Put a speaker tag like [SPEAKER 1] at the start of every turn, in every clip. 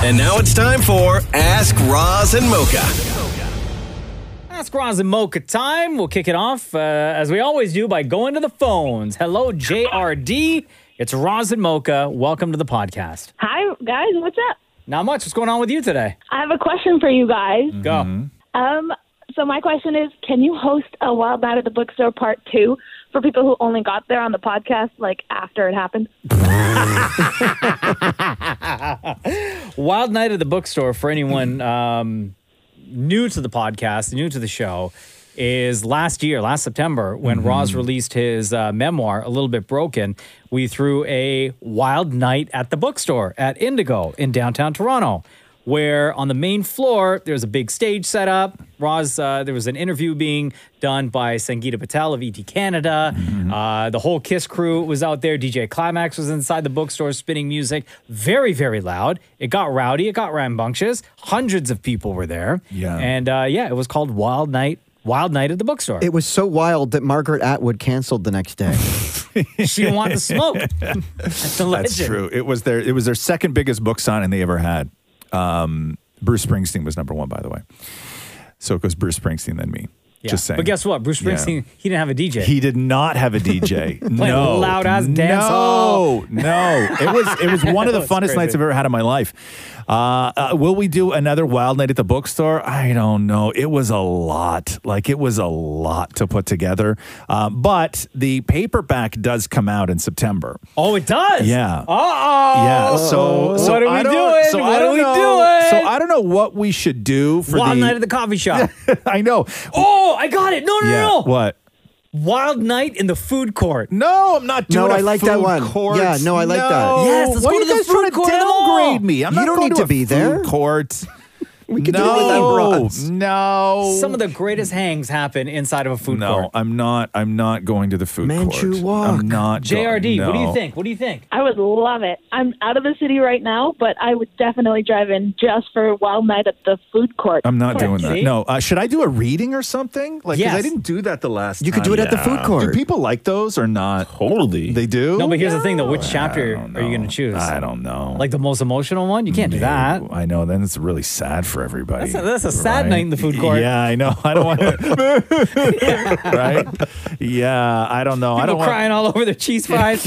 [SPEAKER 1] And now it's time for Ask Roz and Mocha.
[SPEAKER 2] Ask Roz and Mocha time. We'll kick it off, uh, as we always do, by going to the phones. Hello, JRD. It's Roz and Mocha. Welcome to the podcast.
[SPEAKER 3] Hi, guys. What's up?
[SPEAKER 2] Not much. What's going on with you today?
[SPEAKER 3] I have a question for you guys.
[SPEAKER 2] Go.
[SPEAKER 3] Um, so my question is, can you host a Wild Night at the Bookstore Part Two for people who only got there on the podcast like after it happened?
[SPEAKER 2] Wild Night at the Bookstore, for anyone um, new to the podcast, new to the show, is last year, last September, when Roz released his uh, memoir, A Little Bit Broken. We threw a Wild Night at the Bookstore at Indigo in downtown Toronto, where on the main floor, there's a big stage set up. Roz, uh, there was an interview being done by Sangeeta Patel of ET Canada. Uh, the whole Kiss crew was out there. DJ Climax was inside the bookstore spinning music, very, very loud. It got rowdy, it got rambunctious. Hundreds of people were there.
[SPEAKER 4] Yeah.
[SPEAKER 2] And uh, yeah, it was called Wild Night. Wild Night at the bookstore.
[SPEAKER 5] It was so wild that Margaret Atwood canceled the next day.
[SPEAKER 2] she didn't want the smoke. That's a legend.
[SPEAKER 4] That's true. It was their it was their second biggest book signing they ever had. Um, Bruce Springsteen was number one, by the way. So it goes Bruce Springsteen then me.
[SPEAKER 2] Yeah.
[SPEAKER 4] Just saying.
[SPEAKER 2] But guess what? Bruce
[SPEAKER 4] Yeah.
[SPEAKER 2] Springsteen, he didn't have a DJ.
[SPEAKER 4] He did not have a DJ. no,
[SPEAKER 2] loud ass dance
[SPEAKER 4] No,
[SPEAKER 2] hall.
[SPEAKER 4] no. It was it was one of the
[SPEAKER 2] That's
[SPEAKER 4] funnest
[SPEAKER 2] crazy.
[SPEAKER 4] nights I've ever had in my life. Uh, uh, will we do another wild night at the bookstore? I don't know. It was a lot. Like it was a lot to put together. Uh, but the paperback does come out in September.
[SPEAKER 2] oh, it does?
[SPEAKER 4] Yeah.
[SPEAKER 2] Uh oh.
[SPEAKER 4] Yeah. So, so
[SPEAKER 2] what are
[SPEAKER 4] I
[SPEAKER 2] we
[SPEAKER 4] don't-
[SPEAKER 2] doing?
[SPEAKER 4] So I
[SPEAKER 2] what are
[SPEAKER 4] don't
[SPEAKER 2] we
[SPEAKER 4] know,
[SPEAKER 2] doing?
[SPEAKER 4] So I don't know what we should do for
[SPEAKER 2] Wild
[SPEAKER 4] the.
[SPEAKER 2] Night at the coffee shop.
[SPEAKER 4] I know.
[SPEAKER 2] oh, I got it. No, no,
[SPEAKER 4] yeah.
[SPEAKER 2] no.
[SPEAKER 4] What?
[SPEAKER 2] Wild Night in the food court.
[SPEAKER 4] No, I'm not
[SPEAKER 5] No,
[SPEAKER 4] doing. I
[SPEAKER 5] I like that one. Yeah, no, I like that.
[SPEAKER 2] Yes, let's
[SPEAKER 4] Why
[SPEAKER 2] go
[SPEAKER 4] are
[SPEAKER 2] to
[SPEAKER 4] you
[SPEAKER 2] the
[SPEAKER 4] guys
[SPEAKER 2] food
[SPEAKER 4] trying to
[SPEAKER 2] court at all?
[SPEAKER 4] downgrade me. I'm
[SPEAKER 5] You
[SPEAKER 4] not
[SPEAKER 5] don't
[SPEAKER 4] going
[SPEAKER 5] need
[SPEAKER 4] to
[SPEAKER 5] to
[SPEAKER 4] a
[SPEAKER 5] be
[SPEAKER 4] food
[SPEAKER 5] there.
[SPEAKER 4] Court.
[SPEAKER 5] We could do it without
[SPEAKER 4] No,
[SPEAKER 5] Roz.
[SPEAKER 4] no.
[SPEAKER 2] Some of the greatest hangs happen inside of a food
[SPEAKER 4] No,
[SPEAKER 2] court.
[SPEAKER 4] I'm not. I'm not going to the food
[SPEAKER 5] Manchu
[SPEAKER 4] court.
[SPEAKER 5] Walk.
[SPEAKER 4] I'm not. go-
[SPEAKER 2] JRD, what do you
[SPEAKER 4] no.
[SPEAKER 2] think? What do you think?
[SPEAKER 3] I would love it. I'm out of the city right now, but I would definitely drive in just for Wild Night at the food court.
[SPEAKER 4] I'm not doing
[SPEAKER 2] see?
[SPEAKER 4] that. No. Uh, should I do a reading or something? Like, 'cause
[SPEAKER 2] Yes.
[SPEAKER 4] I didn't do that the last.
[SPEAKER 5] You could
[SPEAKER 4] time.
[SPEAKER 5] do it at the food
[SPEAKER 4] Yeah. Do
[SPEAKER 5] court.
[SPEAKER 4] people like those or not? Totally. They do.
[SPEAKER 2] No, but here's the thing though. Which
[SPEAKER 4] I
[SPEAKER 2] chapter
[SPEAKER 4] don't
[SPEAKER 2] are you going
[SPEAKER 4] know.
[SPEAKER 2] to choose?
[SPEAKER 4] I don't know.
[SPEAKER 2] Like the most emotional one? You can't do that.
[SPEAKER 4] I know. Then it's really sad for everybody.
[SPEAKER 2] That's a- that's a sad night in the food court.
[SPEAKER 4] Yeah, I know. I don't want to. right? Yeah, I don't know. I
[SPEAKER 2] People
[SPEAKER 4] don't want.
[SPEAKER 2] crying all over their cheese fries.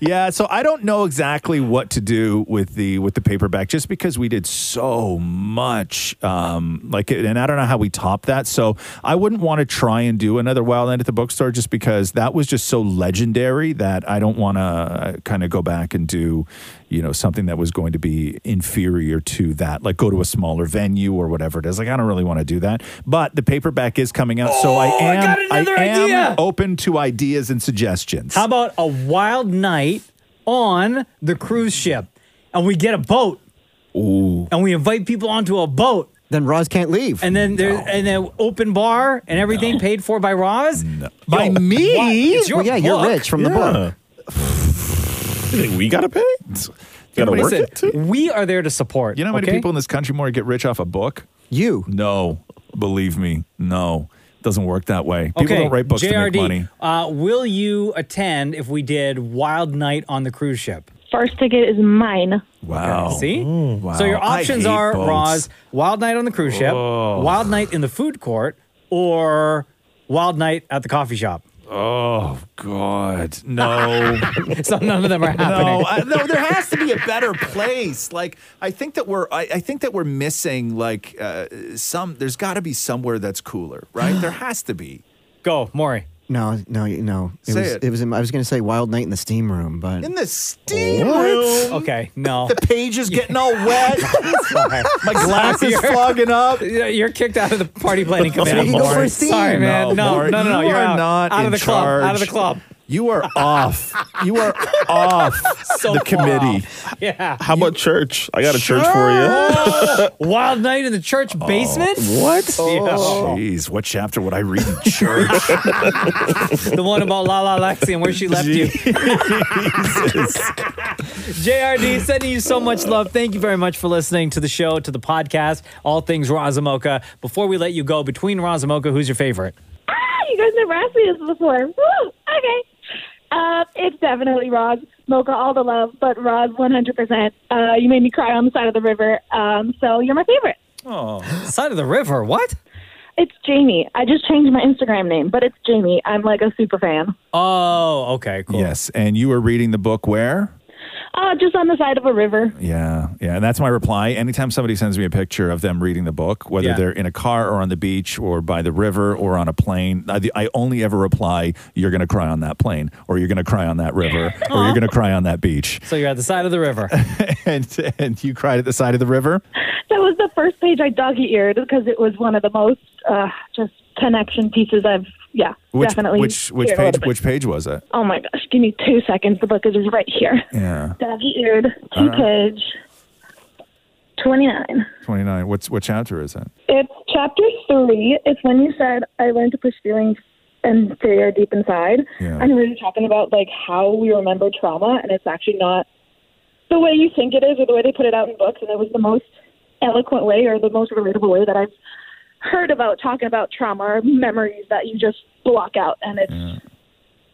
[SPEAKER 4] Yeah, so I don't know exactly what to do with the with the paperback, just because we did so much. Um, like, and I don't know how we top that. So I wouldn't want to try and do another Wild Night at the bookstore, just because that was just so legendary that I don't want to kind of go back and do, you know, something that was going to be inferior to that. Like, go to a smaller venue or whatever it is. Like, I don't really want to do that. But the paperback is coming out, so I
[SPEAKER 2] Oh, I
[SPEAKER 4] am
[SPEAKER 2] got another
[SPEAKER 4] am
[SPEAKER 2] idea.
[SPEAKER 4] open to ideas and suggestions.
[SPEAKER 2] How about a wild night on the cruise ship? And we get a boat. Ooh. And we invite people onto a boat.
[SPEAKER 5] then Roz can't leave.
[SPEAKER 2] And then there and then open bar and everything paid for by Roz.
[SPEAKER 4] By me?
[SPEAKER 2] what? It's your
[SPEAKER 5] well, yeah,
[SPEAKER 2] book.
[SPEAKER 5] you're rich from the book.
[SPEAKER 6] You think we gotta pay? Gotta
[SPEAKER 4] Everybody
[SPEAKER 6] work
[SPEAKER 4] said-
[SPEAKER 6] it too.
[SPEAKER 2] We are there to support.
[SPEAKER 4] You know how many
[SPEAKER 2] okay?
[SPEAKER 4] people in this country more get rich off a book?
[SPEAKER 5] You.
[SPEAKER 4] No, believe me, no, doesn't work that way. People
[SPEAKER 2] okay.
[SPEAKER 4] don't write books
[SPEAKER 2] JRD,
[SPEAKER 4] to make money.
[SPEAKER 2] Uh, will you attend if we did Wild Night on the cruise ship?
[SPEAKER 3] First ticket is mine.
[SPEAKER 4] Wow.
[SPEAKER 2] See?
[SPEAKER 4] Oh. wow.
[SPEAKER 2] So your
[SPEAKER 4] I
[SPEAKER 2] options
[SPEAKER 4] hate
[SPEAKER 2] are
[SPEAKER 4] boats. Oh.
[SPEAKER 2] Roz, Wild Night on the cruise ship, Wild Night in the food court, or Wild Night at the coffee shop.
[SPEAKER 4] Oh God, no,
[SPEAKER 2] So none of them are happening.
[SPEAKER 4] no, I, no. There has to be a better place. Like I think that we're, I, I think that we're missing like uh, some. There's got to be somewhere that's cooler, right? There has to be.
[SPEAKER 2] Go, Maury.
[SPEAKER 5] No, no, no. It
[SPEAKER 4] Say
[SPEAKER 5] was.
[SPEAKER 4] it.
[SPEAKER 5] was. in- I was going to say Wild Night in the Steam Room, but
[SPEAKER 4] In the steam
[SPEAKER 5] What?
[SPEAKER 4] room.
[SPEAKER 2] Okay, no.
[SPEAKER 4] The page is getting all wet. My glass is
[SPEAKER 2] Sorry.
[SPEAKER 4] fogging up.
[SPEAKER 2] Yeah, You're kicked out of the party planning committee.
[SPEAKER 5] we can go
[SPEAKER 2] Maury.
[SPEAKER 5] for a theme.
[SPEAKER 2] Sorry, man.
[SPEAKER 4] No,
[SPEAKER 2] No, no,
[SPEAKER 4] Maury,
[SPEAKER 2] no, no.
[SPEAKER 4] you
[SPEAKER 2] You're
[SPEAKER 4] are
[SPEAKER 2] out.
[SPEAKER 4] not
[SPEAKER 2] out of
[SPEAKER 4] in
[SPEAKER 2] the club. Out of the
[SPEAKER 4] charge.
[SPEAKER 2] club.
[SPEAKER 4] You are off. You are off
[SPEAKER 2] So
[SPEAKER 4] the
[SPEAKER 2] far
[SPEAKER 4] committee.
[SPEAKER 2] off. Yeah.
[SPEAKER 6] How about church? I got a church for you.
[SPEAKER 2] Wild night in the church
[SPEAKER 4] Oh,
[SPEAKER 2] basement.
[SPEAKER 6] What?
[SPEAKER 2] Oh.
[SPEAKER 4] Jeez, what chapter would I read in church?
[SPEAKER 2] The one about La La Lexi and where she left you. JRD, sending you so much love. Thank you very much for listening to the show, to the podcast, all things Razamoka. Before we let you go, between Razamoka, who's your favorite?
[SPEAKER 3] Ah, you guys never asked me this before. Woo! Okay. Uh, it's definitely Roz. Mocha, all the love, but Roz, 100%. Uh, you made me cry on the side of the river, um, so you're my favorite.
[SPEAKER 2] Side of the river. What?
[SPEAKER 3] It's Jamie. I just changed my Instagram name, but it's Jamie. I'm like a super fan.
[SPEAKER 2] Oh, okay, cool.
[SPEAKER 4] Yes. And you were reading the book where?
[SPEAKER 3] Uh, just on the side of a river.
[SPEAKER 4] Yeah, yeah, and that's my reply. Anytime somebody sends me a picture of them reading the book, whether
[SPEAKER 2] Yeah.
[SPEAKER 4] they're in a car or on the beach or by the river or on a plane, I, I only ever reply, "You're going to cry on that plane, or you're going to cry on that river, or you're going to cry on that beach."
[SPEAKER 2] So you're at the side of the river.
[SPEAKER 4] And and you cried at the side of the river.
[SPEAKER 3] That was the first page I doggy eared because it was one of the most uh, just connection pieces I've, yeah,
[SPEAKER 4] Which
[SPEAKER 3] definitely.
[SPEAKER 4] which which
[SPEAKER 3] eared a little
[SPEAKER 4] page
[SPEAKER 3] bit.
[SPEAKER 4] which page was it?
[SPEAKER 3] Oh my gosh, give me two seconds. The book is right here.
[SPEAKER 4] Yeah,
[SPEAKER 3] Doggy eared, two page, 29.
[SPEAKER 4] twenty nine. What's what chapter is it?
[SPEAKER 3] It's chapter three. It's when you said I learned to push feelings and they are deep inside.
[SPEAKER 4] Yeah.
[SPEAKER 3] And we were talking about like how we remember trauma, and it's actually not the way you think it is, or the way they put it out in books. And it was the most eloquent way, or the most relatable way that I've heard about talking about trauma or memories that you just block out, and it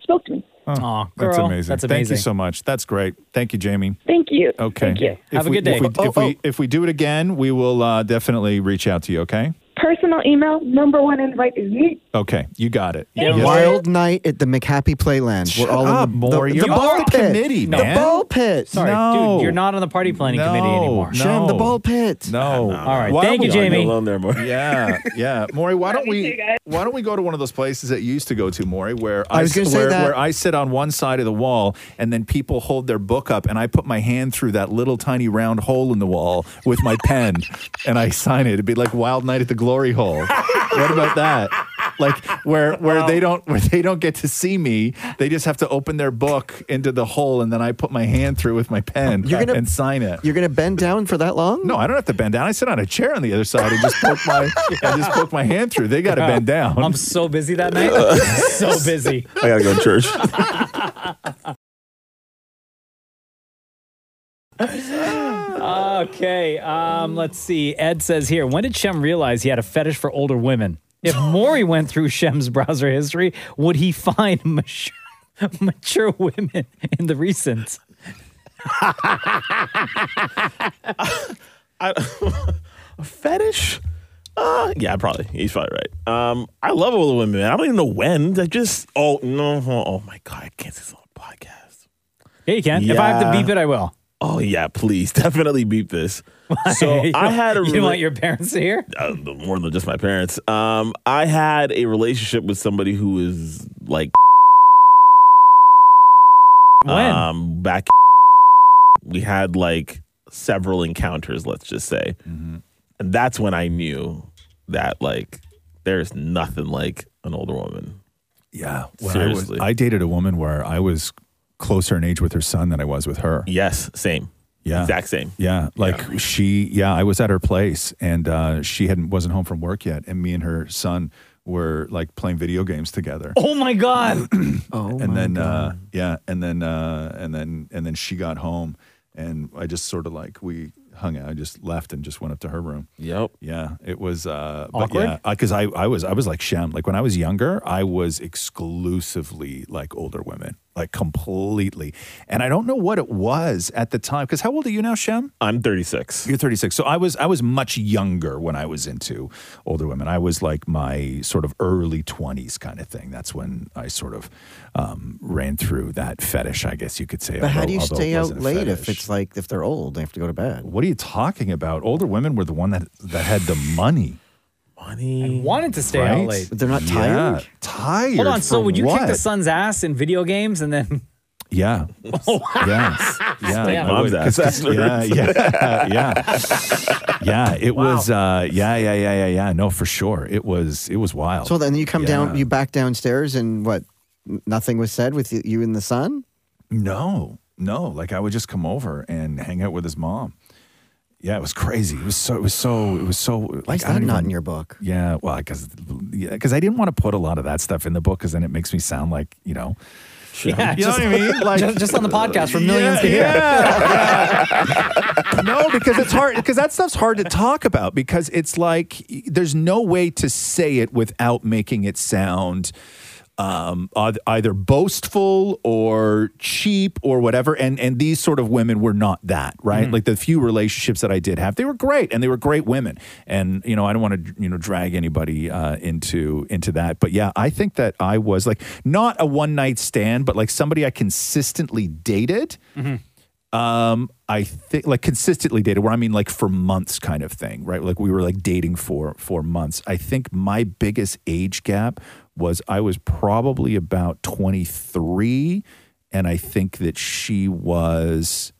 [SPEAKER 3] spoke to me.
[SPEAKER 2] Aw,
[SPEAKER 4] Oh, That's
[SPEAKER 2] girl,
[SPEAKER 4] amazing.
[SPEAKER 2] That's amazing.
[SPEAKER 4] Thank you so much. That's great. Thank you, Jamie.
[SPEAKER 3] Thank you.
[SPEAKER 4] Okay.
[SPEAKER 3] Thank you.
[SPEAKER 4] If
[SPEAKER 2] Have a
[SPEAKER 4] we-
[SPEAKER 2] good day.
[SPEAKER 4] If we,
[SPEAKER 5] Oh,
[SPEAKER 4] if, we,
[SPEAKER 5] oh.
[SPEAKER 4] if we do it again, we will uh, definitely reach out to you. Okay.
[SPEAKER 3] Personal email number one invite is me.
[SPEAKER 4] Okay. You got it.
[SPEAKER 2] Yeah,
[SPEAKER 4] Yes.
[SPEAKER 5] Wild night at the McHappy Playland.
[SPEAKER 4] Shut
[SPEAKER 5] We're all
[SPEAKER 4] up,
[SPEAKER 5] in the,
[SPEAKER 4] Maury.
[SPEAKER 5] the,
[SPEAKER 4] You're
[SPEAKER 5] the
[SPEAKER 4] on
[SPEAKER 5] ball
[SPEAKER 4] the
[SPEAKER 5] pit.
[SPEAKER 4] committee,
[SPEAKER 5] the
[SPEAKER 4] man.
[SPEAKER 5] ball pit.
[SPEAKER 2] Sorry,
[SPEAKER 4] No.
[SPEAKER 2] dude, you're not on the party planning committee
[SPEAKER 4] No,
[SPEAKER 2] anymore.
[SPEAKER 4] no.
[SPEAKER 5] Jim, the ball pit.
[SPEAKER 2] All
[SPEAKER 4] No.
[SPEAKER 2] right. Thank you,
[SPEAKER 4] don't we-
[SPEAKER 2] Jamie.
[SPEAKER 6] alone there, Maury.
[SPEAKER 4] Yeah, yeah, Maury. Why don't
[SPEAKER 3] Love you
[SPEAKER 4] we?
[SPEAKER 3] too, guys.
[SPEAKER 4] Why don't we go to one of those places that you used to go to, Maury, where
[SPEAKER 5] I was
[SPEAKER 4] s-
[SPEAKER 5] gonna say
[SPEAKER 4] where,
[SPEAKER 5] that.
[SPEAKER 4] where I sit on one side of the wall, and then people hold their book up, and I put my hand through that little tiny round hole in the wall with my pen, and I sign it. It'd be like Wild Night at the Glory Hole. what about that? Like where where they don't where they don't get to see me, they just have to open their book into the hole, and then I put my hand through with my pen
[SPEAKER 5] You're gonna-
[SPEAKER 4] and sign it.
[SPEAKER 5] You're gonna bend down for that long?
[SPEAKER 4] No, I don't have to bend down. I sit on a chair on the other side and just poke my I just poke my hand through. They got to bend down.
[SPEAKER 2] I'm so busy that night. so busy.
[SPEAKER 6] I gotta go to church.
[SPEAKER 2] Okay. Um, let's see. Ed says here, when did Shem realize he had a fetish for older women? If Maury went through Shem's browser history, would he find mature, mature women in the recent?
[SPEAKER 6] I, a fetish? Uh, yeah, probably. He's probably right. Um, I love older women. Man. I don't even know when. I just oh no, oh my god, I can't say this on a podcast.
[SPEAKER 2] Yeah, you can. If I have to
[SPEAKER 6] Yeah.
[SPEAKER 2] beep it, I will.
[SPEAKER 6] Oh yeah, please definitely beep this. So
[SPEAKER 2] You
[SPEAKER 6] I had a
[SPEAKER 2] You didn't
[SPEAKER 6] re-
[SPEAKER 2] want your parents to hear?
[SPEAKER 6] uh, more than just my parents. Um, I had a relationship with somebody who was like
[SPEAKER 2] When?
[SPEAKER 6] um back. We had like several encounters, let's just say,
[SPEAKER 4] Mm-hmm.
[SPEAKER 6] and that's when I knew that like there's nothing like an older woman.
[SPEAKER 4] yeah,
[SPEAKER 6] Seriously.
[SPEAKER 4] I, was, I dated a woman where I was closer in age with her son than I was with her.
[SPEAKER 6] Yes, same.
[SPEAKER 4] Yeah.
[SPEAKER 6] exact same.
[SPEAKER 4] Yeah, like she, yeah, I was at her place and uh, she hadn't wasn't home from work yet, and me and her son were like playing video games together.
[SPEAKER 2] oh my God.
[SPEAKER 5] Oh,
[SPEAKER 4] and
[SPEAKER 5] my
[SPEAKER 4] then
[SPEAKER 5] God.
[SPEAKER 4] uh yeah and then uh and then and then she got home and i just sort of like we hung out i just left and just went up to her room
[SPEAKER 6] Yep.
[SPEAKER 4] yeah it was uh
[SPEAKER 2] Awkward?
[SPEAKER 4] because I, I was i was like shem like when i was younger i was exclusively like older women like completely and i don't know what it was at the time because how old are you now shem
[SPEAKER 6] I'm 36.
[SPEAKER 4] you're 36 so i was i was much younger when i was into older women i was like my sort of early 20s kind of thing that's when i sort of um, ran through that fetish i guess you could say
[SPEAKER 5] But how
[SPEAKER 4] although-
[SPEAKER 5] do you
[SPEAKER 4] although it
[SPEAKER 5] stay out
[SPEAKER 4] wasn't a
[SPEAKER 5] late if
[SPEAKER 4] fetish.
[SPEAKER 5] it's like if they're old, they have to go to bed?
[SPEAKER 4] what are you talking about older women were the one that that had the money
[SPEAKER 6] Money.
[SPEAKER 2] Wanted to stay
[SPEAKER 4] right
[SPEAKER 2] out late.
[SPEAKER 5] But they're not
[SPEAKER 4] yeah,
[SPEAKER 5] tired.
[SPEAKER 4] tired
[SPEAKER 2] Hold on. So
[SPEAKER 4] for
[SPEAKER 2] would you kick the
[SPEAKER 4] what?
[SPEAKER 2] son's ass in video games and then
[SPEAKER 4] Yeah. yeah. Yeah.
[SPEAKER 2] Yeah.
[SPEAKER 4] I would, 'cause
[SPEAKER 6] Mom's
[SPEAKER 4] that's- yeah. Yeah. Yeah. Yeah. It was, uh, yeah, yeah, yeah, yeah, yeah. No, for sure. It was, it was wild.
[SPEAKER 5] So then you come
[SPEAKER 4] Yeah.
[SPEAKER 5] down, you back downstairs, and what? n- Nothing was said with you, you and the son.
[SPEAKER 4] no, no. Like I would just come over and hang out with his mom. Yeah. It was crazy. It was so, it was so, it was so, like,
[SPEAKER 5] Why is
[SPEAKER 4] I don't
[SPEAKER 5] that not
[SPEAKER 4] even-
[SPEAKER 5] in your book?
[SPEAKER 4] Yeah, well, because yeah, 'cause I didn't want to put a lot of that stuff in the book because then it makes me sound like you know,
[SPEAKER 2] Yeah,
[SPEAKER 4] you know
[SPEAKER 2] just-
[SPEAKER 4] what I mean? Like
[SPEAKER 2] just, just on the podcast for millions
[SPEAKER 4] yeah,
[SPEAKER 2] to hear?
[SPEAKER 4] yeah. no, because it's hard because that stuff's hard to talk about because it's like y- there's no way to say it without making it sound um, oth- either boastful or cheap or whatever. And and these sort of women were not that, right?
[SPEAKER 2] Mm-hmm.
[SPEAKER 4] Like the few relationships that I did have, they were great and they were great women. And you know, I don't want to you know drag anybody uh, into into that, but yeah, I think that I was like not a one night stand, but like somebody I consistently dated. Um, I think like consistently dated, where I mean like for months kind of thing, right? Like we were like dating for for months. I think my biggest age gap was I was probably about 23 and I think that she was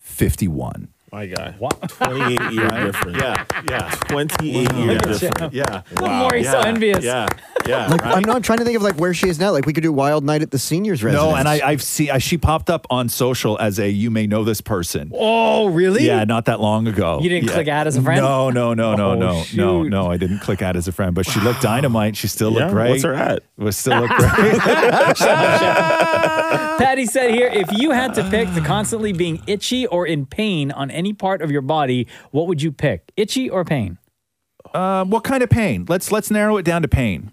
[SPEAKER 4] 51.
[SPEAKER 6] My guy.
[SPEAKER 2] What?
[SPEAKER 6] 28 year difference.
[SPEAKER 4] Yeah. Yeah.
[SPEAKER 6] 28 year difference.
[SPEAKER 4] Yeah.
[SPEAKER 2] more he's so envious.
[SPEAKER 4] Yeah. Yeah.
[SPEAKER 5] Like, I'm not trying to think of like where she is now. Like we could do Wild Night at the Seniors Residence.
[SPEAKER 4] No, and I, I've seen I, she popped up on social as a you may know this person.
[SPEAKER 2] Oh, really?
[SPEAKER 4] Yeah, not that long ago.
[SPEAKER 2] You didn't
[SPEAKER 4] Yeah.
[SPEAKER 2] click add as a friend?
[SPEAKER 4] No, no, no, no,
[SPEAKER 2] Oh,
[SPEAKER 4] no, no,
[SPEAKER 2] shoot.
[SPEAKER 4] no. I didn't click add as a friend, but she looked dynamite. She still
[SPEAKER 6] Yeah,
[SPEAKER 4] looked great.
[SPEAKER 6] what's her at?
[SPEAKER 4] Was still looked great.
[SPEAKER 2] Patty said here, if you had to pick
[SPEAKER 4] Ah.
[SPEAKER 2] the constantly being itchy or in pain on any part of your body, what would you pick? Itchy or pain?
[SPEAKER 4] um, what kind of pain? Let's let's narrow it down to pain.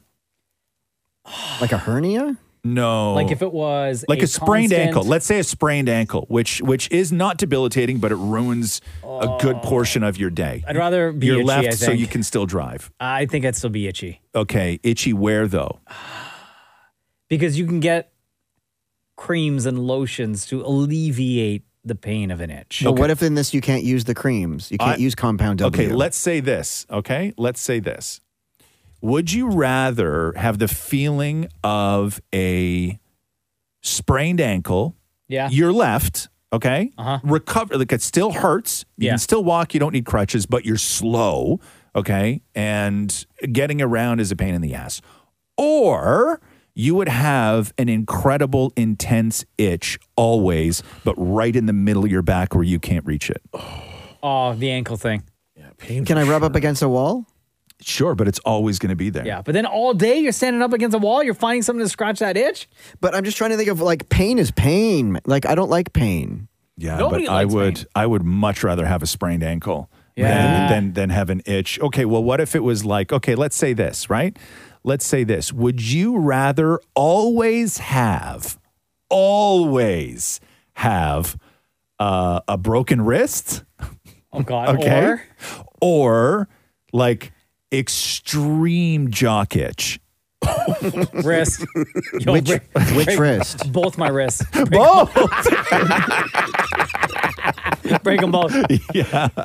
[SPEAKER 5] like a hernia.
[SPEAKER 4] No,
[SPEAKER 2] Like if it was
[SPEAKER 4] Oh. like a, sprained
[SPEAKER 2] constant-
[SPEAKER 4] ankle. Let's say a sprained ankle, which which is not debilitating, but it ruins a good portion of your day.
[SPEAKER 2] Oh. I'd rather be
[SPEAKER 4] You're
[SPEAKER 2] itchy,
[SPEAKER 4] left
[SPEAKER 2] I
[SPEAKER 4] so you
[SPEAKER 2] think.
[SPEAKER 4] can still drive.
[SPEAKER 2] I think I'd still be itchy
[SPEAKER 4] Okay, itchy where though?
[SPEAKER 2] because you can get creams and lotions to alleviate the pain of an itch.
[SPEAKER 5] But what if in this you can't use the creams? You can't
[SPEAKER 4] I-
[SPEAKER 5] use compound W.
[SPEAKER 4] Okay, let's say this. Okay, let's say this. Would you rather have the feeling of a sprained ankle?
[SPEAKER 2] Yeah.
[SPEAKER 4] You're left, okay?
[SPEAKER 2] Uh-huh.
[SPEAKER 4] Recover, like it still hurts. You
[SPEAKER 2] Yeah.
[SPEAKER 4] can still walk. You don't need crutches, but you're slow, okay? And getting around is a pain in the ass. Or you would have an incredible, intense itch always, but right in the middle of your back where you can't reach it.
[SPEAKER 2] oh, the ankle thing.
[SPEAKER 5] Can I rub up against a wall?
[SPEAKER 4] Sure, but it's always going to be there.
[SPEAKER 2] Yeah. But then all day you're standing up against a wall, you're finding something to scratch that itch.
[SPEAKER 5] But I'm just trying to think of like pain is pain. Like I don't like pain.
[SPEAKER 4] Yeah,
[SPEAKER 2] Nobody
[SPEAKER 4] but I
[SPEAKER 2] likes
[SPEAKER 4] would
[SPEAKER 2] pain.
[SPEAKER 4] I would much rather have a sprained ankle
[SPEAKER 2] Yeah.
[SPEAKER 4] than, than than have an itch. Okay, well what if it was like, okay, let's say this, right? Let's say this. Would you rather always have always have uh, a broken wrist?
[SPEAKER 2] Oh God.
[SPEAKER 4] Okay.
[SPEAKER 2] Or
[SPEAKER 4] Or like extreme jock itch.
[SPEAKER 2] wrist. Yo,
[SPEAKER 5] Which
[SPEAKER 2] wri-
[SPEAKER 5] which
[SPEAKER 2] break-
[SPEAKER 5] wrist?
[SPEAKER 2] Both my wrists.
[SPEAKER 4] Both.
[SPEAKER 2] Break them both.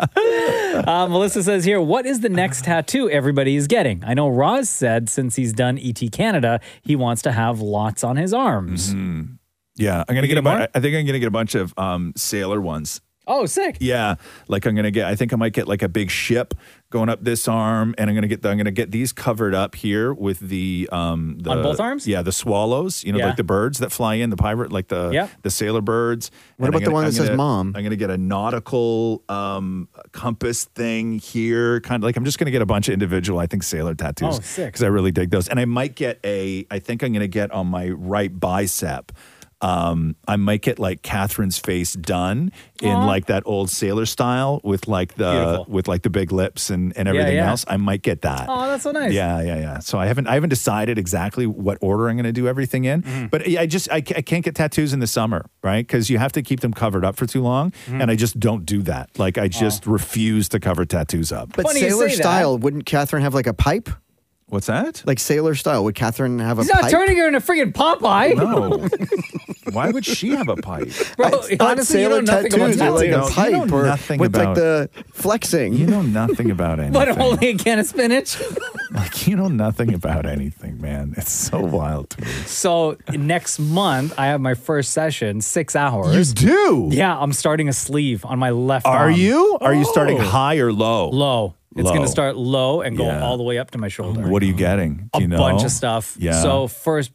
[SPEAKER 2] Uh, Melissa says here, what is the next tattoo everybody is getting? I know Roz said since he's done ET Canada, he wants to have lots on his arms.
[SPEAKER 5] Mm-hmm.
[SPEAKER 4] Yeah, I'm gonna get a
[SPEAKER 2] more?
[SPEAKER 4] bunch. I think I'm gonna get a bunch of um, sailor ones.
[SPEAKER 2] Oh, sick.
[SPEAKER 4] Yeah, like I'm gonna get. I think I might get like a big ship going up this arm, and I'm gonna get. The, I'm gonna get these covered up here with the um the,
[SPEAKER 2] On both arms?
[SPEAKER 4] Yeah, the swallows. You know,
[SPEAKER 2] Yeah.
[SPEAKER 4] like the birds that fly in, the pirate, like the
[SPEAKER 2] Yep.
[SPEAKER 4] the sailor birds.
[SPEAKER 5] What
[SPEAKER 4] And
[SPEAKER 5] about the one that says
[SPEAKER 4] gonna-
[SPEAKER 5] mom?
[SPEAKER 4] I'm gonna get a nautical um compass thing here, kind of like I'm just gonna get a bunch of individual. I think sailor tattoos.
[SPEAKER 2] Oh, sick.
[SPEAKER 4] Because I really dig those, and I might get a. I think I'm gonna get on my right bicep. Um, I might get like Catherine's face done in like that old sailor style with like the
[SPEAKER 2] Beautiful.
[SPEAKER 4] with like the big lips and, and everything
[SPEAKER 2] yeah.
[SPEAKER 4] else. I might get that.
[SPEAKER 2] Oh, that's so nice.
[SPEAKER 4] Yeah, yeah, yeah. So I haven't I haven't decided exactly what order I'm going to do everything in,
[SPEAKER 2] Mm-hmm.
[SPEAKER 4] but I just I, ca- I can't get tattoos in the summer, right? Because you have to keep them covered up for too long,
[SPEAKER 2] Mm-hmm.
[SPEAKER 4] and I just don't do that. Like I just refuse to cover tattoos up.
[SPEAKER 5] But
[SPEAKER 2] Funny you
[SPEAKER 5] sailor
[SPEAKER 2] say that.
[SPEAKER 5] style, wouldn't Catherine have like a pipe?
[SPEAKER 4] What's that?
[SPEAKER 5] Like sailor style, would Catherine have a
[SPEAKER 2] He's not
[SPEAKER 5] pipe?
[SPEAKER 2] turning her into freaking Popeye.
[SPEAKER 4] No. Why would she have a pipe?
[SPEAKER 2] Bro,
[SPEAKER 5] It's not
[SPEAKER 2] honestly, you
[SPEAKER 5] sailor
[SPEAKER 2] know nothing about
[SPEAKER 5] tattoos, but
[SPEAKER 2] tattoos.
[SPEAKER 5] like a
[SPEAKER 4] tattoos. You
[SPEAKER 5] pipe
[SPEAKER 4] know
[SPEAKER 5] or
[SPEAKER 4] nothing
[SPEAKER 5] with
[SPEAKER 4] about-
[SPEAKER 5] like the flexing.
[SPEAKER 4] You know nothing about anything.
[SPEAKER 2] But only a can of spinach.
[SPEAKER 4] Like you know nothing about anything, man. It's so wild to me.
[SPEAKER 2] so next month, I have my first session, six
[SPEAKER 4] You
[SPEAKER 2] hours.
[SPEAKER 4] do?
[SPEAKER 2] yeah, I'm starting a sleeve on my left
[SPEAKER 4] Are
[SPEAKER 2] arm.
[SPEAKER 4] you? Um, Are you starting high or low?
[SPEAKER 2] Low. It's
[SPEAKER 4] Low.
[SPEAKER 2] going to start low and go
[SPEAKER 4] Yeah.
[SPEAKER 2] all the way up to my shoulder.
[SPEAKER 4] What are you getting? Do you
[SPEAKER 2] a
[SPEAKER 4] know?
[SPEAKER 2] bunch of stuff.
[SPEAKER 4] Yeah.
[SPEAKER 2] So first,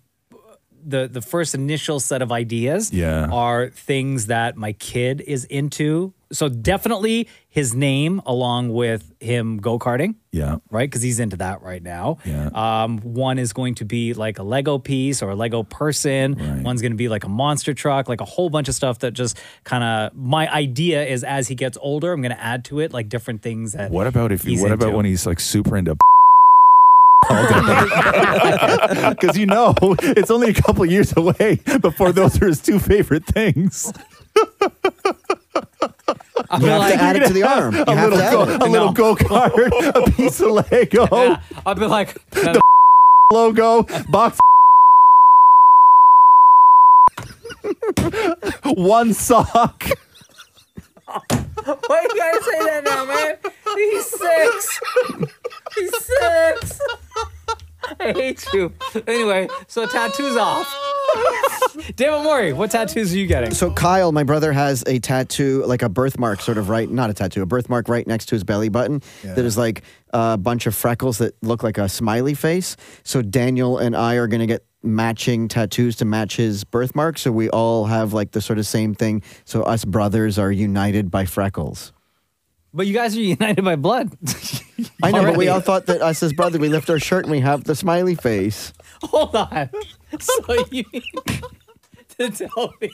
[SPEAKER 2] the the first initial set of ideas
[SPEAKER 4] Yeah.
[SPEAKER 2] are things that my kid is into. So definitely his name along with him go karting.
[SPEAKER 4] yeah.
[SPEAKER 2] Right, because he's into that right now.
[SPEAKER 4] Yeah.
[SPEAKER 2] Um, one is going to be like a Lego piece or a Lego person. One's going to be like a monster truck, like a whole bunch of stuff that just kind of. My idea is as he gets older, I'm going to add to it like different things that.
[SPEAKER 4] What about if you?
[SPEAKER 2] he's
[SPEAKER 4] What about
[SPEAKER 2] into.
[SPEAKER 4] when he's like super into? all day. Because you know, it's only a couple of years away before those are his two favorite things.
[SPEAKER 2] I'm
[SPEAKER 5] You have to
[SPEAKER 2] like,
[SPEAKER 5] add it to the arm. You
[SPEAKER 4] a
[SPEAKER 5] have
[SPEAKER 4] little,
[SPEAKER 5] to
[SPEAKER 4] go,
[SPEAKER 5] add it.
[SPEAKER 4] a
[SPEAKER 2] No.
[SPEAKER 4] little go-kart, a piece of Lego,
[SPEAKER 2] yeah. I'll be like,
[SPEAKER 4] logo, box. One sock.
[SPEAKER 2] why you gotta say that now, man? He's six. He's six. I hate you. Anyway, so tattoos off. David Mori, what tattoos are you getting?
[SPEAKER 5] So Kyle, my brother, has a tattoo, like a birthmark, sort of right, not a tattoo, a birthmark right next to his belly button that is like a bunch of freckles that look like a smiley face. So Daniel and I are going to get matching tattoos to match his birthmark. So we all have like the sort of same thing. So us brothers are united by freckles.
[SPEAKER 2] But you guys are united by blood.
[SPEAKER 5] I know, but we
[SPEAKER 2] Already.
[SPEAKER 5] all thought that us as brothers, we lift our shirt and we have the smiley face.
[SPEAKER 2] Hold on. So you mean to tell me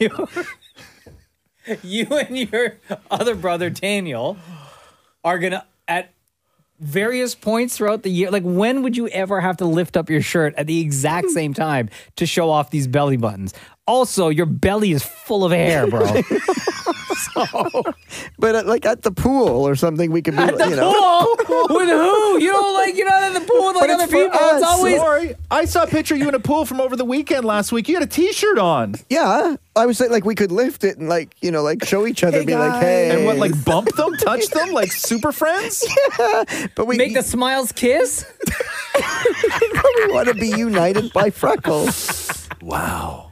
[SPEAKER 2] you, you and your other brother Daniel are gonna at various points throughout the year. Like when would you ever have to lift up your shirt at the
[SPEAKER 5] Hmm.
[SPEAKER 2] exact same time to show off these belly buttons? Also, your belly is full of hair, bro.
[SPEAKER 5] But at, like at the pool or something, we could be, you know.
[SPEAKER 2] pool with who? You don't like you're not in the pool with like
[SPEAKER 5] But it's
[SPEAKER 2] other
[SPEAKER 5] for
[SPEAKER 2] people. It's
[SPEAKER 5] us.
[SPEAKER 2] always
[SPEAKER 4] Sorry, I saw a picture of you in a pool from over the weekend last week. You had a T-shirt on,
[SPEAKER 5] Yeah, I was like, like we could lift it and like you know, like show each other, be like, hey,
[SPEAKER 4] and what like bump them, touch them, like super friends.
[SPEAKER 5] but we
[SPEAKER 2] make the smiles kiss.
[SPEAKER 5] we want to be united by freckles.
[SPEAKER 4] Wow.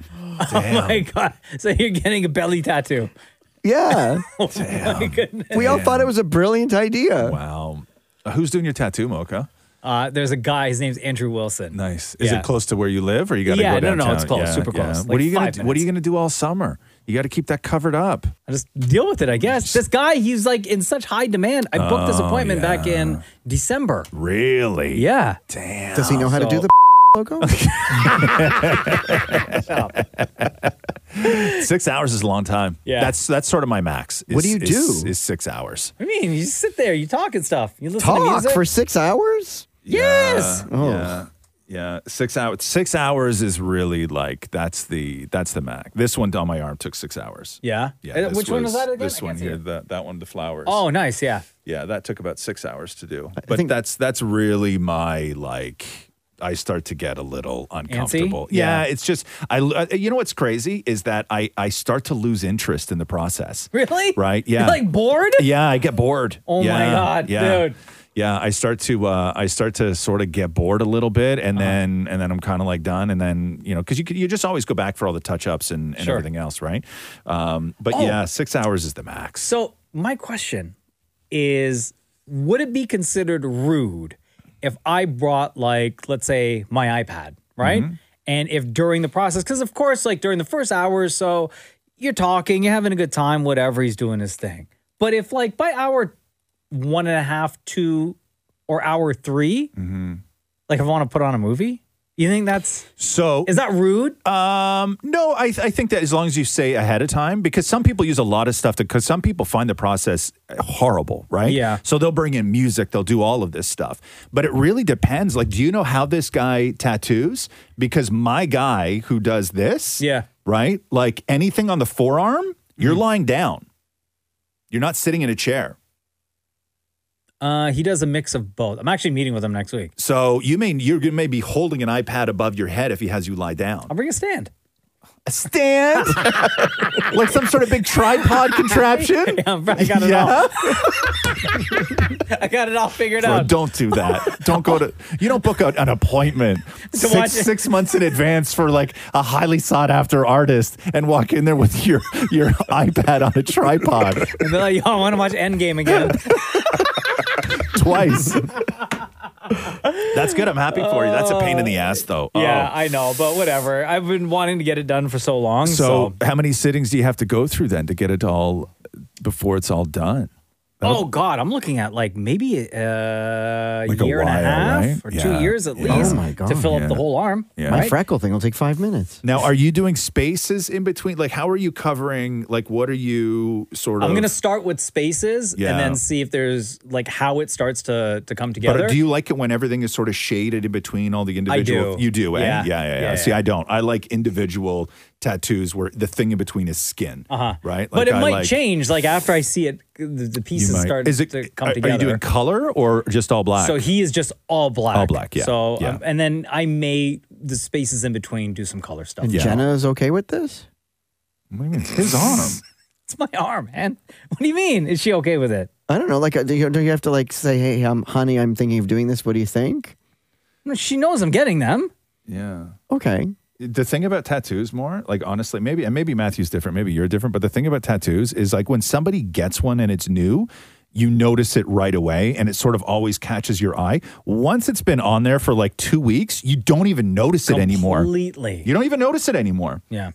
[SPEAKER 2] Oh my god! So you're getting a belly tattoo.
[SPEAKER 5] Yeah,
[SPEAKER 2] Oh, My goodness.
[SPEAKER 5] we all thought it was a brilliant idea.
[SPEAKER 4] Wow. Uh, Who's doing your tattoo, Mocha?
[SPEAKER 2] Uh, there's a guy. His name's Andrew Wilson.
[SPEAKER 4] Nice. Is
[SPEAKER 2] Yeah.
[SPEAKER 4] it close to where you live, or you got to
[SPEAKER 2] Yeah,
[SPEAKER 4] go
[SPEAKER 2] no,
[SPEAKER 4] downtown?
[SPEAKER 2] no, it's close, super close,
[SPEAKER 4] what
[SPEAKER 2] like
[SPEAKER 4] are you gonna
[SPEAKER 2] five
[SPEAKER 4] do? What are
[SPEAKER 2] minutes.
[SPEAKER 4] you gonna do all summer? You got to keep that covered up.
[SPEAKER 2] I just deal with it, I guess. This guy, he's like in such high demand. I booked
[SPEAKER 4] Oh,
[SPEAKER 2] this appointment back in December.
[SPEAKER 4] Really?
[SPEAKER 2] Yeah.
[SPEAKER 4] Damn.
[SPEAKER 5] Does he know how to do
[SPEAKER 2] So-
[SPEAKER 5] the logo?
[SPEAKER 4] Six hours is a long time.
[SPEAKER 2] Yeah.
[SPEAKER 4] That's that's sort of my max.
[SPEAKER 5] What do
[SPEAKER 4] is-
[SPEAKER 5] you
[SPEAKER 4] is-
[SPEAKER 5] do?
[SPEAKER 4] Is six hours.
[SPEAKER 2] I mean, you just sit there, you talk and stuff, you listen to
[SPEAKER 5] Talk
[SPEAKER 2] music.
[SPEAKER 5] for six hours.
[SPEAKER 2] yes.
[SPEAKER 5] Oh.
[SPEAKER 4] Yeah. Yeah, six hours. Six hours is really like that's the that's the max. This one down my arm took six hours.
[SPEAKER 2] Yeah.
[SPEAKER 4] yeah.
[SPEAKER 2] Uh,
[SPEAKER 4] this
[SPEAKER 2] Which one was that again? I
[SPEAKER 4] This
[SPEAKER 2] can't
[SPEAKER 4] one
[SPEAKER 2] see
[SPEAKER 4] here,
[SPEAKER 2] it.
[SPEAKER 4] that that one, the flowers.
[SPEAKER 2] Oh, nice. Yeah.
[SPEAKER 4] yeah, that took about six hours to do. But
[SPEAKER 5] think-
[SPEAKER 4] that's that's really my like. I start to get a little uncomfortable. Yeah,
[SPEAKER 2] Yeah.
[SPEAKER 4] it's just I. uh, You know what's crazy is that I I start to lose interest in the process.
[SPEAKER 2] Really?
[SPEAKER 4] Right, yeah.
[SPEAKER 2] You're like bored?
[SPEAKER 4] Yeah, I get bored.
[SPEAKER 2] Oh my
[SPEAKER 4] Yeah,
[SPEAKER 2] God,
[SPEAKER 4] yeah.
[SPEAKER 2] dude.
[SPEAKER 4] Yeah, I start to uh, I start to sort of get bored a little bit, and
[SPEAKER 2] Uh-huh.
[SPEAKER 4] then and then I'm kind of like done, and then you know because you could, you just always go back for all the touch ups and, and
[SPEAKER 2] Sure. Oh.
[SPEAKER 4] everything else, right? Um, but yeah, six hours is the max.
[SPEAKER 2] So my question is, would it be considered rude if I brought like, let's say, my iPad, right? And if during the process, because of course, like during the first hour or so, you're talking, you're having a good time, whatever, he's doing his thing. But if like by hour one and a half, two, or hour 3 like if I want to put on a movie, you think that's
[SPEAKER 4] So
[SPEAKER 2] is that rude?
[SPEAKER 4] Um, no, I, I think that as long as you say ahead of time, because some people use a lot of stuff because some people find the process uh, horrible, right?
[SPEAKER 2] Yeah.
[SPEAKER 4] So they'll bring in music, they'll do all of this stuff, but it really depends. Like, do you know how this guy tattoos? Because my guy who does this,
[SPEAKER 2] Yeah. Mm-hmm.
[SPEAKER 4] right, like anything on the forearm, you're lying down. You're not sitting in a chair.
[SPEAKER 2] Uh, he does a mix of both. I'm actually meeting with him next week.
[SPEAKER 4] So you may you're you may be holding an iPad above your head if he has you lie down.
[SPEAKER 2] I'll bring a stand.
[SPEAKER 4] A stand, like some sort of big tripod contraption.
[SPEAKER 2] Yeah, I got it all. I got it all figured
[SPEAKER 4] Bro,
[SPEAKER 2] out.
[SPEAKER 4] don't do that. Don't go to. You don't book out an appointment
[SPEAKER 2] watch
[SPEAKER 4] six,
[SPEAKER 2] it.
[SPEAKER 4] six months in advance for like a highly sought after artist and walk in there with your your iPad on a tripod
[SPEAKER 2] And be like, yo, I want to watch Endgame again.
[SPEAKER 4] twice. That's good. I'm happy for you. That's a pain in the ass, though.
[SPEAKER 2] yeah,
[SPEAKER 4] Oh.
[SPEAKER 2] I know, but whatever. I've been wanting to get it done for so long. So,
[SPEAKER 4] So, how many sittings do you have to go through then to get it all before it's all done?
[SPEAKER 2] Oh God, I'm looking at like maybe uh, a
[SPEAKER 4] Like a
[SPEAKER 2] year and
[SPEAKER 4] while,
[SPEAKER 2] a half
[SPEAKER 4] right?
[SPEAKER 2] or
[SPEAKER 4] Yeah.
[SPEAKER 2] two years at
[SPEAKER 4] Yeah.
[SPEAKER 2] least
[SPEAKER 5] Oh, my
[SPEAKER 2] to
[SPEAKER 5] God,
[SPEAKER 2] fill up
[SPEAKER 4] yeah.
[SPEAKER 2] the whole arm.
[SPEAKER 4] Yeah.
[SPEAKER 5] My
[SPEAKER 2] right?
[SPEAKER 5] freckle thing will take five minutes.
[SPEAKER 4] Now, are you doing spaces in between? Like, how are you covering? Like, what are you sort of?
[SPEAKER 2] I'm gonna start with spaces
[SPEAKER 4] Yeah.
[SPEAKER 2] and then see if there's like how it starts to to come together.
[SPEAKER 4] But do you like it when everything is sort of shaded in between all the individual?
[SPEAKER 2] do.
[SPEAKER 4] You do, eh?
[SPEAKER 2] Yeah.
[SPEAKER 4] Yeah, yeah, yeah.
[SPEAKER 2] Yeah,
[SPEAKER 4] See,
[SPEAKER 2] yeah.
[SPEAKER 4] I don't. I like individual tattoos where the thing in between is skin, uh-huh. right?
[SPEAKER 2] but it
[SPEAKER 4] I
[SPEAKER 2] might
[SPEAKER 4] like-
[SPEAKER 2] change like after I see it, the, the
[SPEAKER 4] you
[SPEAKER 2] pieces
[SPEAKER 4] might-
[SPEAKER 2] start
[SPEAKER 4] Is it?
[SPEAKER 2] to come
[SPEAKER 4] are,
[SPEAKER 2] together.
[SPEAKER 4] are you doing color or just all black?
[SPEAKER 2] So he is just all black.
[SPEAKER 4] All black, yeah,
[SPEAKER 2] So
[SPEAKER 4] yeah.
[SPEAKER 2] um, and then I may the spaces in between do some color stuff.
[SPEAKER 5] And
[SPEAKER 4] Yeah.
[SPEAKER 5] Jenna is okay with this?
[SPEAKER 4] What do you mean? His on him.
[SPEAKER 2] It's my arm, man. What do you mean? Is she okay with it?
[SPEAKER 5] I don't know. Like, uh, do you, do you have to like say, "Hey, um, honey, I'm thinking of doing this. What do you think?"
[SPEAKER 2] She knows I'm getting them.
[SPEAKER 4] Yeah.
[SPEAKER 5] Okay.
[SPEAKER 4] the thing about tattoos more like honestly maybe and maybe matthew's different maybe you're different but the thing about tattoos is like when somebody gets one and it's new you notice it right away and it sort of always catches your eye once it's been on there for like two weeks you don't even notice it anymore
[SPEAKER 2] Completely.
[SPEAKER 4] you Mm-hmm. don't even notice it anymore
[SPEAKER 2] Yeah.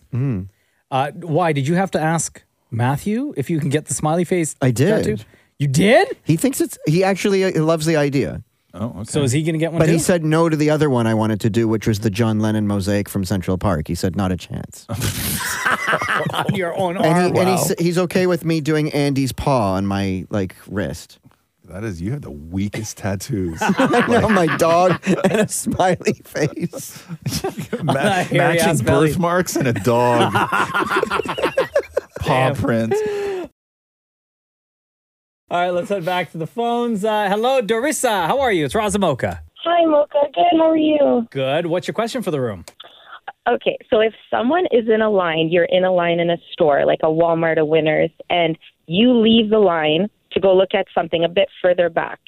[SPEAKER 2] Uh, why did you have to ask Matthew if you can get the smiley face?
[SPEAKER 5] I did.
[SPEAKER 2] tattoo? You did?
[SPEAKER 5] He thinks it's. He actually uh, loves the idea,
[SPEAKER 4] oh okay
[SPEAKER 2] So is he going to get one
[SPEAKER 5] but
[SPEAKER 2] too?
[SPEAKER 5] he said no to the other one I wanted to do, which was the John Lennon mosaic from Central Park. He said, "Not a chance."
[SPEAKER 2] on your own
[SPEAKER 5] and he,
[SPEAKER 2] arm.
[SPEAKER 5] and he's, he's okay with me doing Andy's paw on my like wrist.
[SPEAKER 4] that is you have the weakest tattoos
[SPEAKER 5] I know my dog and a smiley face.
[SPEAKER 2] a
[SPEAKER 4] Ma-
[SPEAKER 2] hairy ass
[SPEAKER 4] matching
[SPEAKER 2] belly.
[SPEAKER 4] birthmarks and a dog Oh, paw print
[SPEAKER 2] All right, let's head back to the phones. Uh, hello, Dorissa. How are you? It's Razamoka.
[SPEAKER 7] Hi, Mocha. Good. How are you?
[SPEAKER 2] Good. What's your question for the room?
[SPEAKER 7] Okay, so if someone is in a line, you're in a line in a store, like a Walmart, a Winners, and you leave the line to go look at something a bit further back,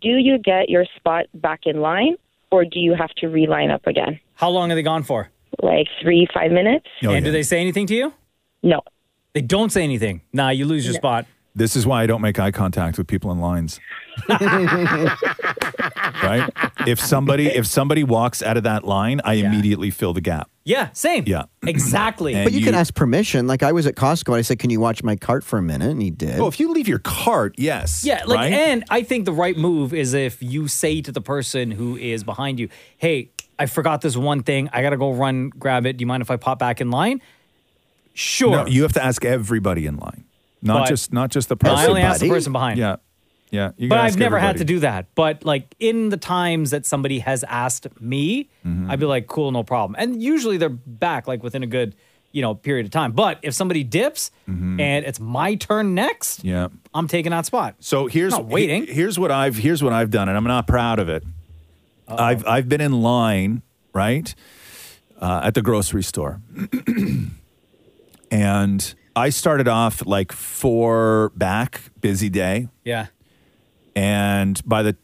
[SPEAKER 7] do you get your spot back in line, or do you have to reline up again?
[SPEAKER 2] How long are they gone for?
[SPEAKER 7] Like three, five minutes?
[SPEAKER 4] Oh,
[SPEAKER 2] and do
[SPEAKER 4] yeah.
[SPEAKER 2] they say anything to you?
[SPEAKER 7] No.
[SPEAKER 2] They don't say anything. Nah, you lose your spot.
[SPEAKER 4] This is why I don't make eye contact with people in lines. right? If somebody if somebody walks out of that line, I immediately fill the gap.
[SPEAKER 2] Yeah, same.
[SPEAKER 4] Yeah.
[SPEAKER 2] Exactly.
[SPEAKER 4] And-
[SPEAKER 5] But you,
[SPEAKER 4] You-
[SPEAKER 5] can ask permission. Like I was at Costco, I said, "Can you watch my cart for a minute?" And he did.
[SPEAKER 4] Oh, if you leave your cart, yes.
[SPEAKER 2] Yeah, like,
[SPEAKER 4] right?
[SPEAKER 2] and I think the right move is if you say to the person who is behind you, "Hey, I forgot this one thing. I gotta go run grab it. Do you mind if I pop back in line?" Sure.
[SPEAKER 4] no, you have to ask everybody in line. Not
[SPEAKER 2] But-
[SPEAKER 4] just not just the
[SPEAKER 2] No, I
[SPEAKER 4] person.
[SPEAKER 2] only asked the
[SPEAKER 5] Everybody?
[SPEAKER 2] person behind.
[SPEAKER 4] yeah. Yeah. You
[SPEAKER 2] But
[SPEAKER 4] gotta
[SPEAKER 2] I've
[SPEAKER 4] ask
[SPEAKER 2] never had to
[SPEAKER 4] everybody.
[SPEAKER 2] do that. But like in the times that somebody has asked me,
[SPEAKER 4] Mm-hmm.
[SPEAKER 2] I'd be like, "Cool, no problem." And usually they're back like within a good, you know, period of time. But if somebody dips and it's my turn next,
[SPEAKER 4] Mm-hmm. Yeah.
[SPEAKER 2] I'm taking that spot.
[SPEAKER 4] So here's
[SPEAKER 2] Not waiting.
[SPEAKER 4] he- here's what I've here's what I've done, and I'm not proud of it. I've I've been in line right uh, at the grocery store, and I started off like four back, busy day,
[SPEAKER 2] Yeah.
[SPEAKER 4] and by the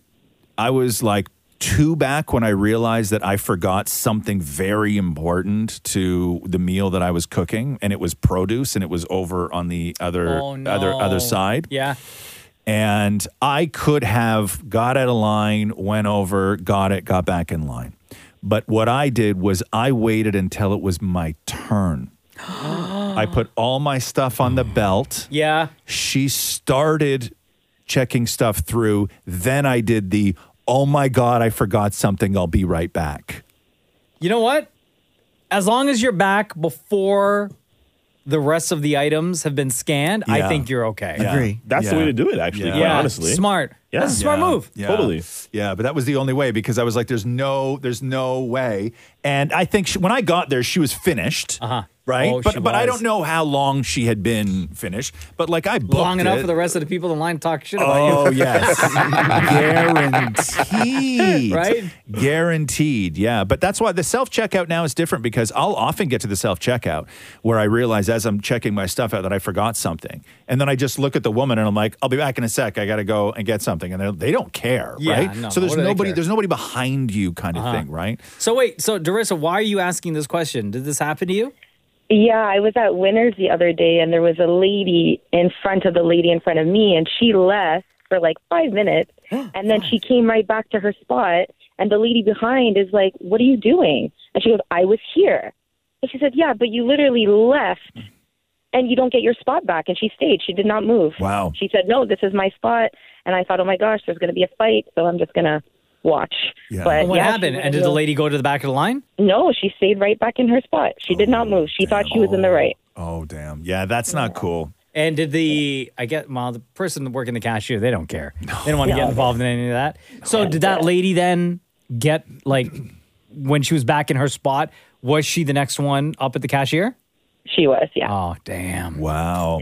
[SPEAKER 4] I was like two back when I realized that I forgot something very important to the meal that I was cooking, and it was produce, and it was over on the other
[SPEAKER 2] Oh no.
[SPEAKER 4] other other side
[SPEAKER 2] Yeah.
[SPEAKER 4] and I could have got out of line, went over, got it, got back in line. But what I did was I waited until it was my turn. I put all my stuff on the belt.
[SPEAKER 2] Yeah.
[SPEAKER 4] She started checking stuff through. Then I did the, oh my God, I forgot something. I'll be right back.
[SPEAKER 2] You know what? As long as you're back before the rest of the items have been scanned, I
[SPEAKER 4] Yeah.
[SPEAKER 2] think you're okay.
[SPEAKER 4] Yeah.
[SPEAKER 5] Agree.
[SPEAKER 6] That's the
[SPEAKER 4] Yeah.
[SPEAKER 6] way to do it, actually.
[SPEAKER 4] Yeah.
[SPEAKER 6] Quite
[SPEAKER 2] Yeah,
[SPEAKER 6] honestly,
[SPEAKER 2] smart.
[SPEAKER 6] Yeah.
[SPEAKER 2] That's a smart
[SPEAKER 4] Yeah.
[SPEAKER 2] move.
[SPEAKER 4] Yeah.
[SPEAKER 6] Totally.
[SPEAKER 4] Yeah, but that was the only way because I was like, "There's no, there's no way." And I think she, when I got there, she was finished. Uh huh. Right,
[SPEAKER 2] Oh,
[SPEAKER 4] but
[SPEAKER 2] she
[SPEAKER 4] but I
[SPEAKER 2] was.
[SPEAKER 4] don't know how long she had been finished. But like I booked
[SPEAKER 2] Long enough
[SPEAKER 4] it.
[SPEAKER 2] for the rest of the people in line to talk shit about you.
[SPEAKER 4] Oh yes, guaranteed.
[SPEAKER 2] Right?
[SPEAKER 4] guaranteed. Yeah, but that's why the self checkout now is different because I'll often get to the self checkout where I realize as I'm checking my stuff out that I forgot something, and then I just look at the woman and I'm like, "I'll be back in a sec. I got to go and get something," and they- they don't care,
[SPEAKER 2] Yeah,
[SPEAKER 4] right?
[SPEAKER 2] no,
[SPEAKER 4] so there's
[SPEAKER 2] what do they
[SPEAKER 4] nobody,
[SPEAKER 2] care? Uh-huh.
[SPEAKER 4] there's nobody behind you, kind of thing, right?
[SPEAKER 2] So wait, so Dorissa, why are you asking this question? Did this happen to you?
[SPEAKER 7] Yeah, I was at Winners the other day, and there was a lady in front of the lady in front of me, and she left for like five minutes,
[SPEAKER 4] Oh,
[SPEAKER 7] and then she came right back to her spot, and the lady behind is like, "What are you doing?" And she goes, "I was here," and she said, "Yeah, but you literally left." and you don't get your spot back. And she stayed. She did not move.
[SPEAKER 4] Wow.
[SPEAKER 7] She said, no, this is my spot. And I thought, oh my gosh, there's going to be a fight. So I'm just going to watch.
[SPEAKER 4] Yeah.
[SPEAKER 7] But
[SPEAKER 2] What
[SPEAKER 7] yeah, she
[SPEAKER 2] happened?
[SPEAKER 7] was
[SPEAKER 2] And did the
[SPEAKER 7] real-
[SPEAKER 2] lady go to the back of the line?
[SPEAKER 7] No, she stayed right back in her spot. She did not move. She thought she was in the right.
[SPEAKER 4] Oh, damn. Yeah, that's not cool.
[SPEAKER 2] And did the I get well the person working the cashier they don't care they don't want to get involved in any of that. So did that lady then get like when she was back in her spot was she the next one up at the cashier?
[SPEAKER 7] She was, yeah.
[SPEAKER 2] Oh damn!
[SPEAKER 4] Wow.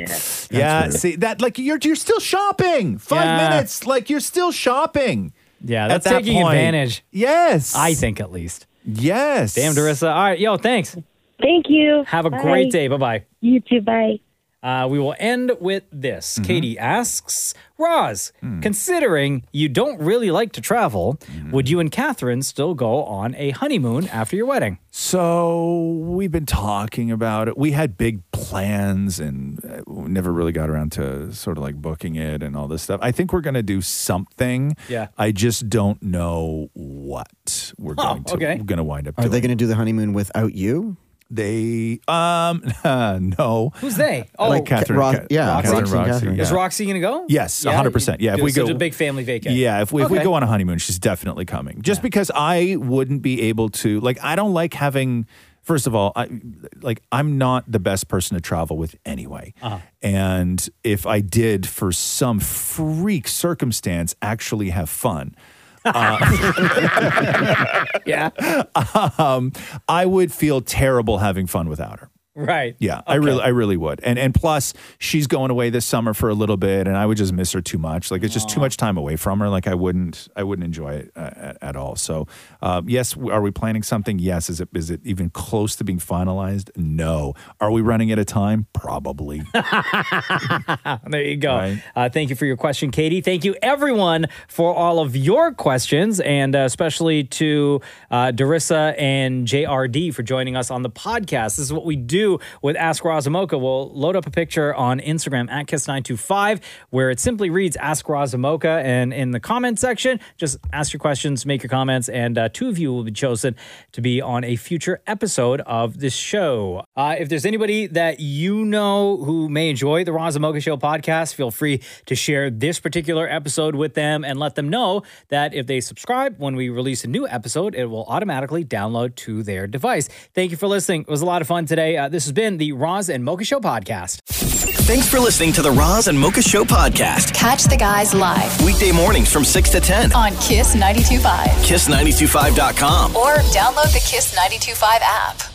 [SPEAKER 4] Yeah. see that like you're you're still shopping. Five
[SPEAKER 2] Yeah.
[SPEAKER 4] minutes. Like you're still shopping.
[SPEAKER 2] Yeah,
[SPEAKER 4] at
[SPEAKER 2] that's
[SPEAKER 4] that
[SPEAKER 2] taking
[SPEAKER 4] point.
[SPEAKER 2] advantage.
[SPEAKER 4] Yes.
[SPEAKER 2] I think at least.
[SPEAKER 4] Yes.
[SPEAKER 2] Damn, Darissa. All right, yo, thanks.
[SPEAKER 7] Thank you.
[SPEAKER 2] Have a
[SPEAKER 7] Bye.
[SPEAKER 2] great day. Bye bye.
[SPEAKER 7] You too. Bye.
[SPEAKER 2] Uh, we will end with this.
[SPEAKER 4] Mm-hmm.
[SPEAKER 2] Katie asks, Roz,
[SPEAKER 4] Hmm.
[SPEAKER 2] considering you don't really like to travel, would you and Catherine still go on a honeymoon after your wedding?
[SPEAKER 4] So we've been talking about it. We had big plans and uh, we never really got around to sort of like booking it and all this stuff. I think we're going to do something.
[SPEAKER 2] Yeah.
[SPEAKER 4] I just don't know what we're going to
[SPEAKER 2] okay.
[SPEAKER 4] going to wind up
[SPEAKER 5] Are
[SPEAKER 4] doing.
[SPEAKER 5] they going to do the honeymoon without you?
[SPEAKER 4] They um no.
[SPEAKER 2] Who's they? Oh,
[SPEAKER 4] like Catherine,
[SPEAKER 5] Ro-
[SPEAKER 4] Ca-
[SPEAKER 5] yeah,
[SPEAKER 4] Catherine
[SPEAKER 5] Roxy and
[SPEAKER 4] Roxy,
[SPEAKER 5] Catherine.
[SPEAKER 4] yeah.
[SPEAKER 2] is Roxy going to go?
[SPEAKER 4] Yes, 100%. Yeah, if
[SPEAKER 2] you-
[SPEAKER 4] we
[SPEAKER 2] such
[SPEAKER 4] go-
[SPEAKER 2] a big family vacation.
[SPEAKER 4] Yeah, if we, if we
[SPEAKER 2] Okay.
[SPEAKER 4] go on a honeymoon, she's definitely coming. Just because I wouldn't be able to, like, I don't like having. First of all, I like I'm not the best person to travel with anyway.
[SPEAKER 2] Uh-huh.
[SPEAKER 4] And if I did, for some freak circumstance, actually have fun,
[SPEAKER 2] yeah,
[SPEAKER 4] um, I would feel terrible having fun without her.
[SPEAKER 2] right.
[SPEAKER 4] Yeah, I really, I really would. And and plus, she's going away this summer for a little bit, and I would just miss her too much. Like it's just too much time away from her. Like I wouldn't, I wouldn't enjoy it uh, at, at all. So, um, yes, w- are we planning something? Yes. Is it is it even close to being finalized? No. Are we running out of time? Probably.
[SPEAKER 2] There you go.
[SPEAKER 4] Right.
[SPEAKER 2] Uh, thank you for your question, Katie. Thank you, everyone, for all of your questions, and uh, especially to uh, Darissa and JRD for joining us on the podcast. This is what we do with Ask Razamoka. We'll load up a picture on Instagram at Kiss925 where it simply reads Ask Razamoka. And in the comment section, just ask your questions, make your comments, and uh, two of you will be chosen to be on a future episode of this show. Uh, if there's anybody that you know who may enjoy the Roz and Mocha Show podcast, feel free to share this particular episode with them and let them know that if they subscribe when we release a new episode, it will automatically download to their device. Thank you for listening. It was a lot of fun today. Uh, this has been the Roz and Mocha Show podcast.
[SPEAKER 1] Thanks for listening to the Roz and Mocha Show podcast.
[SPEAKER 8] Catch the guys live
[SPEAKER 1] Weekday mornings from 6 to 10.
[SPEAKER 8] on Kiss 925
[SPEAKER 1] Kiss925.com.
[SPEAKER 8] or download the Kiss 925 app.